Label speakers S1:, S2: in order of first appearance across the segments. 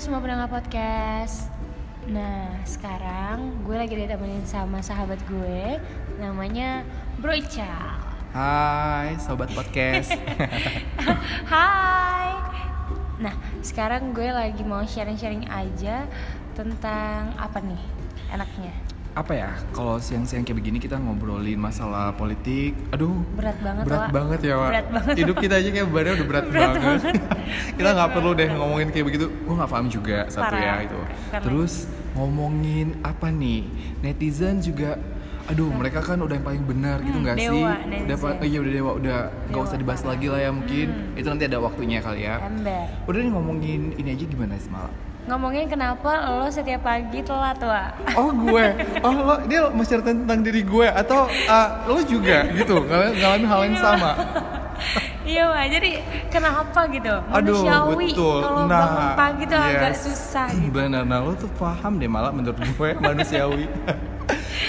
S1: semua pendengar podcast. Nah, sekarang gue lagi ditemenin sama sahabat gue namanya Bro Ical.
S2: Hai sobat podcast.
S1: Hai. Nah, sekarang gue lagi mau sharing-sharing aja tentang apa nih enaknya.
S2: Apa ya? Kalau siang-siang kayak begini kita ngobrolin masalah politik. Aduh,
S1: Berat banget,
S2: berat
S1: Wak.
S2: banget ya, Wak.
S1: Berat banget.
S2: Hidup kita aja kayak badannya udah berat,
S1: Berat
S2: banget.
S1: banget.
S2: kita nggak perlu deh ngomongin kayak begitu. Gue nggak paham juga satu
S1: Parah.
S2: ya itu.
S1: Karena-
S2: Terus ngomongin apa nih? Netizen juga Aduh, mereka kan udah yang paling benar gitu
S1: Hmm,
S2: nggak
S1: dewa
S2: sih?
S1: netizen.
S2: Udah, pa- iya udah dewa, udah nggak
S1: Dewa
S2: usah dibahas
S1: parah. Hmm.
S2: lagi lah ya mungkin. Itu nanti ada waktunya kali ya.
S1: Ember.
S2: Udah nih ngomongin ini aja gimana sih malam?
S1: Ngomongin kenapa lo setiap pagi telat, Wak?
S2: Oh gue, oh lo dia mau cerita tentang diri gue atau uh, lo juga gitu ngal- ngalamin hal yang sama.
S1: Iya Wak, jadi kenapa gitu?
S2: Aduh
S1: Manusiawi
S2: betul. Nah,
S1: kalau bangun pagi tuh agak
S2: yes.
S1: susah gitu.
S2: Benar, nah lo tuh paham deh malah menurut gue manusiawi.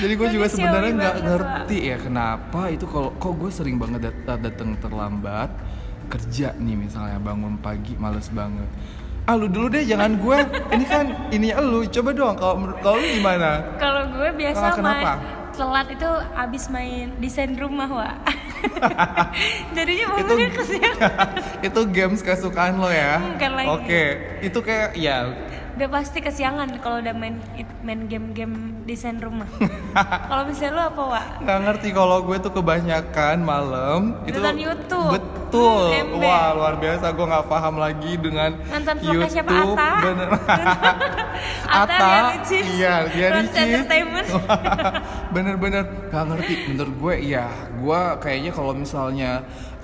S2: Jadi gue
S1: Manusiawi
S2: juga sebenarnya nggak
S1: banget,
S2: ngerti ya kenapa itu kalau kok gue sering banget dat- datang terlambat kerja nih misalnya bangun pagi males banget. Ah lu dulu deh jangan gue. Ini kan ini lu coba dong kalau menurut- kalau lu gimana?
S1: Kalau gue biasa
S2: Kalau kenapa?
S1: main telat itu abis main desain rumah Wak. Jadinya
S2: Itu-
S1: bangunnya kesiangan.
S2: itu games kesukaan lo ya
S1: Bukan lagi.
S2: oke itu kayak ya
S1: Udah pasti kesiangan kalau udah main main game-game desain rumah. kalau misalnya lo apa Wak?
S2: nggak ngerti kalau gue tuh kebanyakan malam itu
S1: Nonton YouTube.
S2: betul
S1: Hmm, ember.
S2: wah luar biasa gue nggak paham lagi dengan
S1: Nonton vlognya
S2: YouTube
S1: siapa Ata?
S2: bener
S1: Atta
S2: Atta,
S1: Rianricis.
S2: iya dia Oh,
S1: Rons Entertainment.
S2: bener-bener nggak ngerti menurut gue ya gue kayaknya kalau misalnya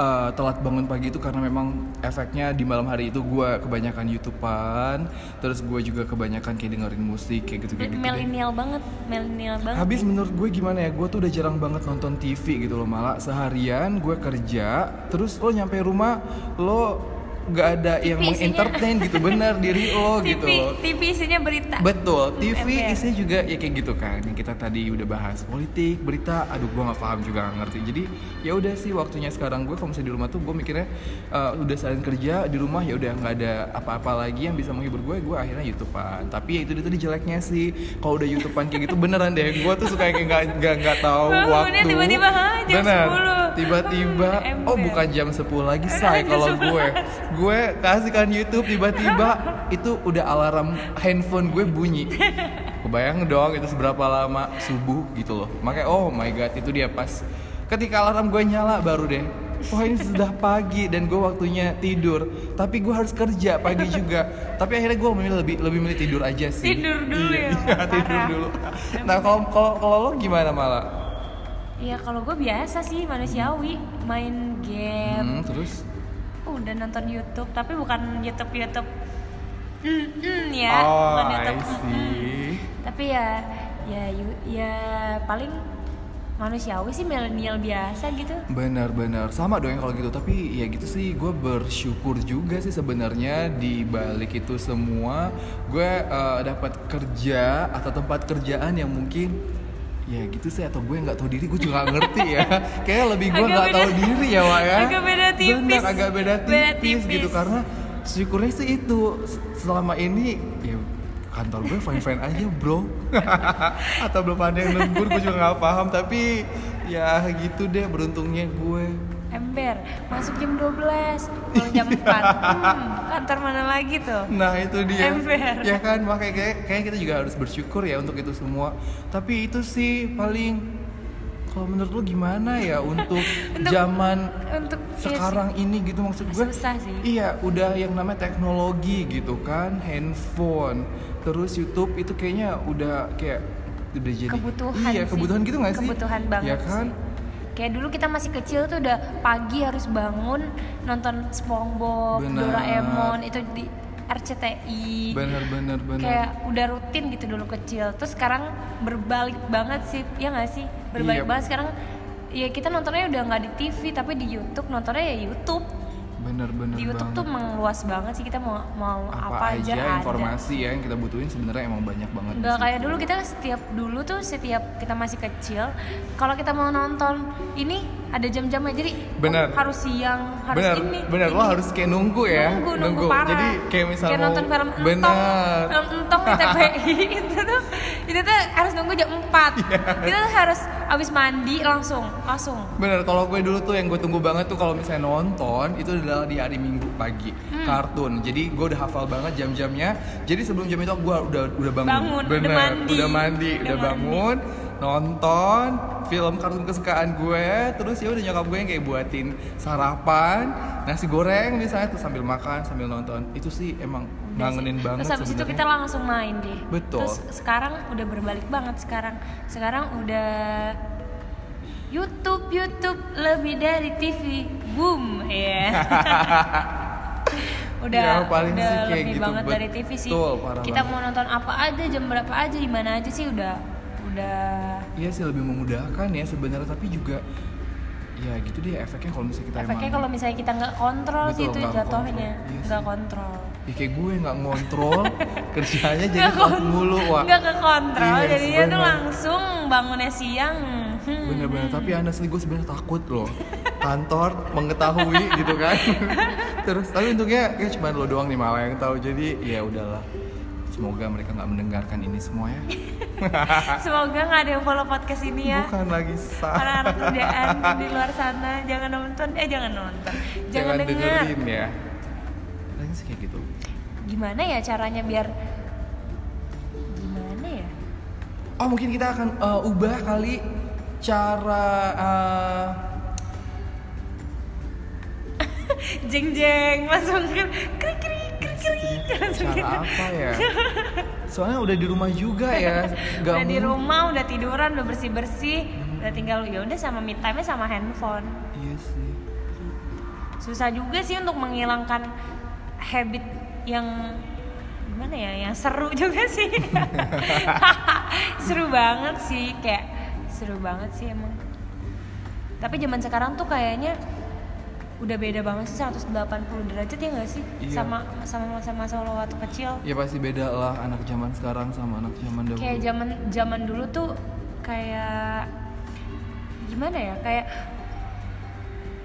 S2: eh, telat bangun pagi itu karena memang efeknya di malam hari itu gue kebanyakan youtubean terus gue juga kebanyakan kayak dengerin musik kayak gitu kayak gitu deh.
S1: Milenial banget, milenial banget.
S2: Habis menurut gue gimana ya, gue tuh udah jarang banget nonton TV gitu loh malah seharian gue kerja, terus lo nyampe rumah lo gak ada yang
S1: isinya.
S2: mengentertain gitu bener diri lo gitu.
S1: TV, TV isinya berita.
S2: Betul, TV
S1: ember.
S2: isinya juga ya kayak gitu kan. Yang kita tadi udah bahas politik, berita, aduh gue nggak paham juga nggak ngerti. Jadi ya udah sih waktunya sekarang gue kalau misalnya di rumah tuh gue mikirnya eh, udah seharian kerja di rumah ya udah nggak ada apa-apa lagi yang bisa menghibur gue, gue akhirnya youtubean. Tapi ya itu dia tadi jeleknya sih. Kalau udah youtubean kayak gitu beneran deh, gue tuh suka yang kayak nggak nggak nggak tahu
S1: Bangunnya
S2: waktu.
S1: tiba-tiba, ha, jam
S2: Bener.
S1: 10.
S2: Tiba-tiba,
S1: Hmm,
S2: oh
S1: ember.
S2: bukan jam 10 lagi
S1: Eh,
S2: say
S1: Jam
S2: kalau
S1: 11.
S2: gue gue kasihkan YouTube tiba-tiba itu udah alarm handphone gue bunyi kebayang dong itu seberapa lama subuh gitu loh makanya oh my god itu dia pas ketika alarm gue nyala baru deh wah ini sudah pagi dan gue waktunya tidur tapi gue harus kerja pagi juga tapi akhirnya gue memilih lebih lebih milih tidur aja sih
S1: Tidur dulu ya,
S2: Iya, iya, tidur
S1: parah.
S2: dulu nah kalau kalau kalau lo gimana malah
S1: Iya kalau gue biasa sih manusiawi main game,
S2: hmm, terus
S1: udah nonton YouTube tapi bukan YouTube YouTube mm, mm, ya
S2: oh
S1: bukan
S2: I
S1: YouTube mm, mm.
S2: see
S1: tapi ya ya yu- ya paling manusiawi sih milenial biasa gitu
S2: Benar-benar sama dong kalau gitu tapi ya gitu sih gue bersyukur juga sih sebenarnya di balik itu semua gue eh, dapat kerja atau tempat kerjaan yang mungkin ya gitu sih atau gue nggak tahu diri gue juga nggak ngerti ya kayaknya lebih gue
S1: Agak
S2: nggak
S1: beda-
S2: tahu diri ya Wak ya
S1: agak beda tipis.
S2: Benar, agak beda tipis,
S1: Beda tipis.
S2: gitu karena syukurnya sih itu S- selama ini ya kantor gue fine fine aja bro atau belum ada yang negur gue juga nggak paham tapi ya gitu deh beruntungnya gue
S1: ember masuk jam 12 pulang jam 4 hmm, kantor mana lagi tuh
S2: nah itu dia
S1: Ember.
S2: ya kan makanya kayak, kayak kita juga harus bersyukur ya untuk itu semua tapi itu sih paling kalau menurut lu gimana ya untuk zaman
S1: untuk
S2: sekarang ini gitu maksud gue
S1: Iya Susah sih.
S2: iya udah yang namanya teknologi gitu kan handphone terus YouTube itu kayaknya udah kayak udah jadi
S1: kebutuhan
S2: iya
S1: sih.
S2: kebutuhan gitu nggak sih
S1: kebutuhan banget
S2: ya kan
S1: sih. kayak dulu kita masih kecil tuh udah pagi harus bangun nonton SpongeBob
S2: Benar.
S1: Doraemon itu di RCTI
S2: bener bener bener
S1: Iya. kayak udah rutin gitu dulu kecil terus sekarang berbalik banget sih ya nggak sih berbalik
S2: Iya.
S1: banget sekarang ya kita nontonnya udah nggak di TV tapi di YouTube nontonnya ya YouTube
S2: bener bener
S1: di YouTube
S2: banget.
S1: tuh meluas banget sih kita mau mau
S2: apa, aja,
S1: ada.
S2: informasi ya yang kita butuhin sebenarnya emang banyak banget
S1: Gak
S2: di
S1: kayak dulu kita setiap dulu tuh setiap kita masih kecil kalau kita mau nonton ini ada jam-jamnya jadi oh,
S2: Bener.
S1: harus siang harus
S2: bener,
S1: ini
S2: bener lo
S1: ini.
S2: harus kayak nunggu ya,
S1: nunggu nunggu, parah
S2: Jadi kayak misalnya
S1: kayak nonton film entong
S2: bener,
S1: film entong di TPI itu tuh itu tuh harus nunggu jam 4
S2: Iya.
S1: itu tuh harus abis mandi langsung langsung
S2: bener. Kalau gue dulu tuh yang gue tunggu banget tuh kalau misalnya nonton itu adalah di hari Minggu pagi
S1: Hmm.
S2: kartun. Jadi gue udah hafal banget jam-jamnya. Jadi sebelum jam itu gue udah udah bangun,
S1: Bangun, udah
S2: bener,
S1: mandi.
S2: udah mandi,
S1: Udah
S2: udah
S1: mandi.
S2: bangun, nonton film kartun kesukaan gue. Terus ya udah nyokap gue yang kayak buatin sarapan, nasi goreng misalnya tuh sambil makan sambil nonton. Itu sih emang
S1: Udah sih.
S2: ngangenin banget.
S1: terus habis itu
S2: sebenarnya.
S1: kita langsung main deh
S2: Betul.
S1: terus sekarang udah berbalik banget sekarang sekarang udah YouTube YouTube lebih dari TV boom ya udah
S2: Ya, paling
S1: udah
S2: sih kayak
S1: lebih
S2: gitu.
S1: banget dari TV sih
S2: Betul, parah
S1: kita
S2: banget.
S1: mau nonton apa aja jam berapa aja di mana aja sih udah udah
S2: Iya sih lebih memudahkan ya sebenarnya tapi juga ya gitu deh efeknya kalau misalnya kita
S1: efeknya
S2: emang
S1: kalau misalnya kita nggak kontrol
S2: Betul,
S1: sih itu
S2: nggak
S1: jatuhnya
S2: kontrol. Iya sih.
S1: nggak kontrol
S2: ya kayak gue nggak ngontrol kerjanya jadi
S1: Nggak
S2: kuat
S1: kon-
S2: mulu Iya, wah
S1: nggak ke kontrol
S2: Yes,
S1: jadinya tuh
S2: bener.
S1: langsung bangunnya siang Hmm.
S2: bener-bener tapi anda sih gue sebenarnya takut loh kantor mengetahui gitu kan terus tapi untungnya kayak cuma lo doang nih malah yang tahu jadi ya udahlah semoga mereka nggak mendengarkan ini semua ya
S1: semoga nggak ada yang follow podcast ini ya
S2: bukan lagi sah
S1: anak-anak kerjaan di luar sana jangan nonton eh jangan nonton jangan, dengar
S2: dengerin ya Paling sih kayak gitu
S1: gimana ya caranya biar gimana ya
S2: Oh mungkin kita akan eh, ubah kali cara eh,
S1: jeng jeng langsung kan krik krik krik krik krik langsung gitu.
S2: cara apa ya? Soalnya udah di rumah juga ya, nggak
S1: udah di
S2: mungkin-
S1: rumah udah tiduran udah bersih bersih udah tinggal ya udah sama me time nya sama handphone
S2: Iya sih.
S1: susah juga sih untuk menghilangkan habit yang gimana ya yang seru juga sih seru banget sih kayak seru banget sih emang tapi zaman sekarang tuh kayaknya udah beda banget sih 180 derajat ya nggak sih
S2: Iya.
S1: sama sama sama masa lo waktu kecil
S2: Ya pasti beda lah anak zaman sekarang sama anak zaman dahulu.
S1: kayak zaman zaman dulu tuh kayak gimana ya kayak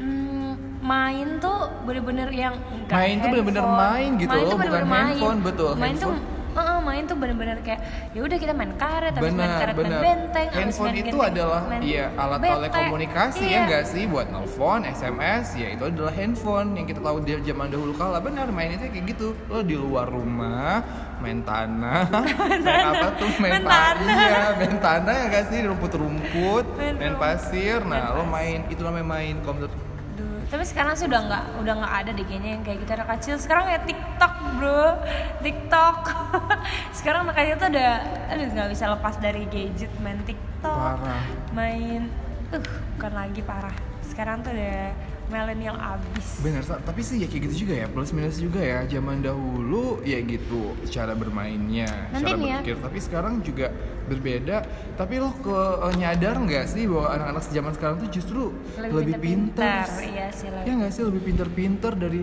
S1: mm, main tuh bener-bener yang nggak
S2: Main tuh bener-bener
S1: handphone.
S2: main gitu
S1: Main
S2: loh,
S1: tuh
S2: bukan
S1: bener-bener main.
S2: handphone, betul,
S1: main
S2: handphone.
S1: tuh eh, main tuh bener-bener kayak ya udah kita main karet habis main
S2: benar,
S1: karet
S2: benar.
S1: main benteng habis
S2: Handphone
S1: main
S2: itu
S1: genteng,
S2: adalah
S1: main
S2: iya alat
S1: benteng.
S2: telekomunikasi
S1: Iya.
S2: ya enggak sih buat nelfon, SMS, ya itu adalah handphone yang kita tahu dari zaman dahulu kala benar main itu kayak gitu. Lo di luar rumah main tanah, main, apa tuh main,
S1: Main
S2: pa-
S1: tanah.
S2: iya, main tanah ya enggak sih rumput-rumput,
S1: Main
S2: main,
S1: rumput,
S2: pasir. Nah,
S1: main
S2: lo main itu namanya main komputer.
S1: Dulu. Tapi sekarang sih udah nggak udah nggak ada deh kayaknya yang kayak gitu anak kecil. Sekarang ya TikTok bro, TikTok. sekarang anak kecil tuh udah aduh nggak bisa lepas dari gadget main TikTok,
S2: Parah.
S1: main uh bukan lagi parah. Sekarang tuh udah milenial abis.
S2: Bener, Sa. tapi sih ya kayak gitu juga ya, plus minus juga ya. Zaman dahulu ya gitu cara bermainnya,
S1: Nanti
S2: cara
S1: nih ya.
S2: berpikir. Tapi sekarang juga berbeda. Tapi lo ke eh, nyadar nggak sih bahwa anak-anak zaman sekarang tuh justru lebih, pintar.
S1: Iya sih
S2: Ya
S1: lebih.
S2: nggak sih lebih pintar-pintar dari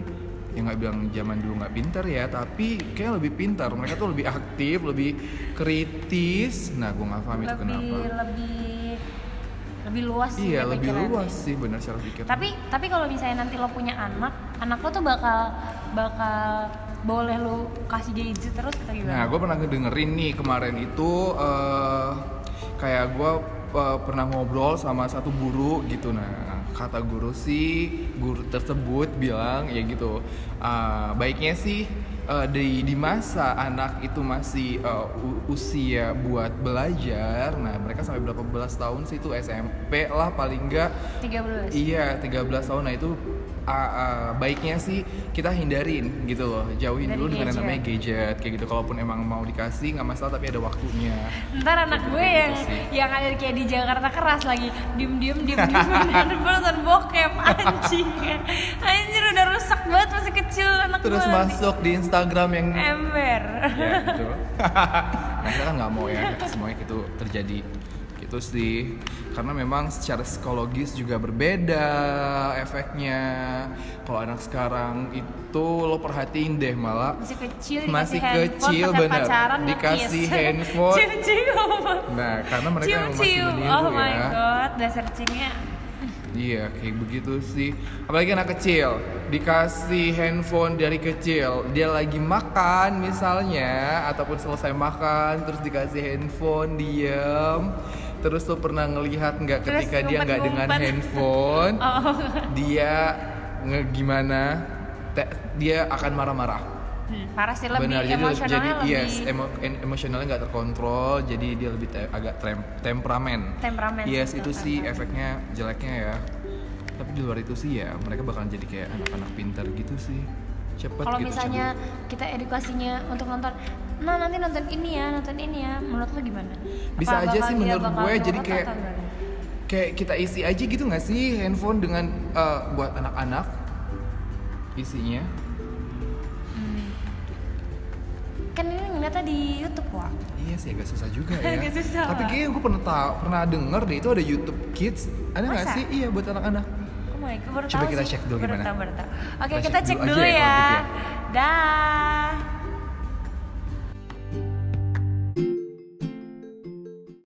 S2: ya nggak bilang zaman dulu nggak pintar ya, tapi kayak lebih pintar. Mereka tuh lebih aktif, lebih kritis. Nah, gue nggak paham itu kenapa.
S1: lebih lebih lebih luas sih
S2: Iya,
S1: kayak
S2: lebih
S1: pikirannya.
S2: luas sih bener cara pikir.
S1: Gitu. tapi tapi kalau misalnya nanti lo punya anak anak lo tuh bakal bakal boleh lo kasih gadget terus atau
S2: Nah,
S1: gimana
S2: gue pernah ngedengerin nih kemarin itu eh, kayak gue pernah ngobrol sama satu guru gitu. Nah, kata guru sih guru tersebut bilang ya gitu. eh, baiknya sih eh, di di masa anak itu masih eh, u- usia buat belajar. Nah, mereka sampai berapa belas tahun sih itu SMP lah paling enggak
S1: 13
S2: Iya, 13 tahun. Nah, itu ah, ah, baiknya sih kita hindarin gitu loh. Jauhin
S1: Dari
S2: dulu dengan
S1: gadget.
S2: yang namanya gadget kayak gitu. Kalaupun emang mau dikasih nggak masalah tapi ada waktunya.
S1: ntar anak gue yang
S2: Gitu sih.
S1: yang ada kayak di Jakarta keras lagi diem diem diem diem bener nonton bokep anjing anjir udah rusak banget masih kecil anak
S2: Terus
S1: gue nanti.
S2: masuk di Instagram yang
S1: ember
S2: ya gitu. nah, kita kan nggak mau ya semuanya itu terjadi gitu sih karena memang secara psikologis juga berbeda efeknya kalau anak sekarang itu lo perhatiin deh malah
S1: masih kecil dikasih
S2: Masih
S1: handphone,
S2: kecil,
S1: pacar
S2: bener.
S1: pacaran nge-kiss.
S2: Dikasih handphone.
S1: cium cium
S2: Nah, karena mereka emang masih
S1: cium cium
S2: meniru
S1: oh
S2: ya.
S1: my god dasar cingnya
S2: Iya, kayak begitu sih. Apalagi anak kecil, dikasih handphone dari kecil, dia lagi makan misalnya, ataupun selesai makan, terus dikasih handphone, diem. Terus tuh pernah ngelihat nggak
S1: Terus
S2: ketika dia nggak dengan
S1: ngumpet-ngumpet.
S2: handphone,
S1: Oh.
S2: dia nge gimana? te- dia akan marah-marah.
S1: Hmm, parah sih lebih
S2: Benar, jadi jadi
S1: emosionalnya lebih
S2: yes, emo, en- emosionalnya nggak terkontrol, jadi dia lebih te- agak trem- temperamen.
S1: temperamen.
S2: Yes,
S1: gitu,
S2: itu sih
S1: temperamen.
S2: efeknya jeleknya ya. Tapi di luar itu sih ya, mereka bakal jadi kayak anak-anak pintar gitu sih. Cepet
S1: Kalau
S2: gitu.
S1: misalnya kita edukasinya untuk nonton, nah nanti nonton ini ya, nonton ini ya, menurut lu gimana? Apa
S2: Bisa aja
S1: bakal
S2: sih
S1: dia
S2: menurut
S1: bakal
S2: gue, jadi
S1: nurut
S2: kayak-
S1: atau gimana?
S2: cabut. Kayak kita isi aja gitu nggak sih handphone dengan eh, buat anak-anak isinya.
S1: Hmm. Kan ini ngeliatnya di YouTube Wak.
S2: Iya sih agak susah juga ya.
S1: Agak susah.
S2: Tapi kayaknya gue pernah tahu, pernah denger deh itu ada YouTube Kids. Ada nggak
S1: Masa?
S2: sih? Iya buat anak-anak.
S1: Oh my god, baru
S2: Coba
S1: tahu
S2: kita
S1: sih.
S2: cek dulu
S1: Baru
S2: gimana.
S1: tahu, baru tahu. Oke,
S2: Kita
S1: kita
S2: cek
S1: cek
S2: dulu
S1: dulu
S2: aja ya
S1: ya.
S2: kalau
S1: Dah.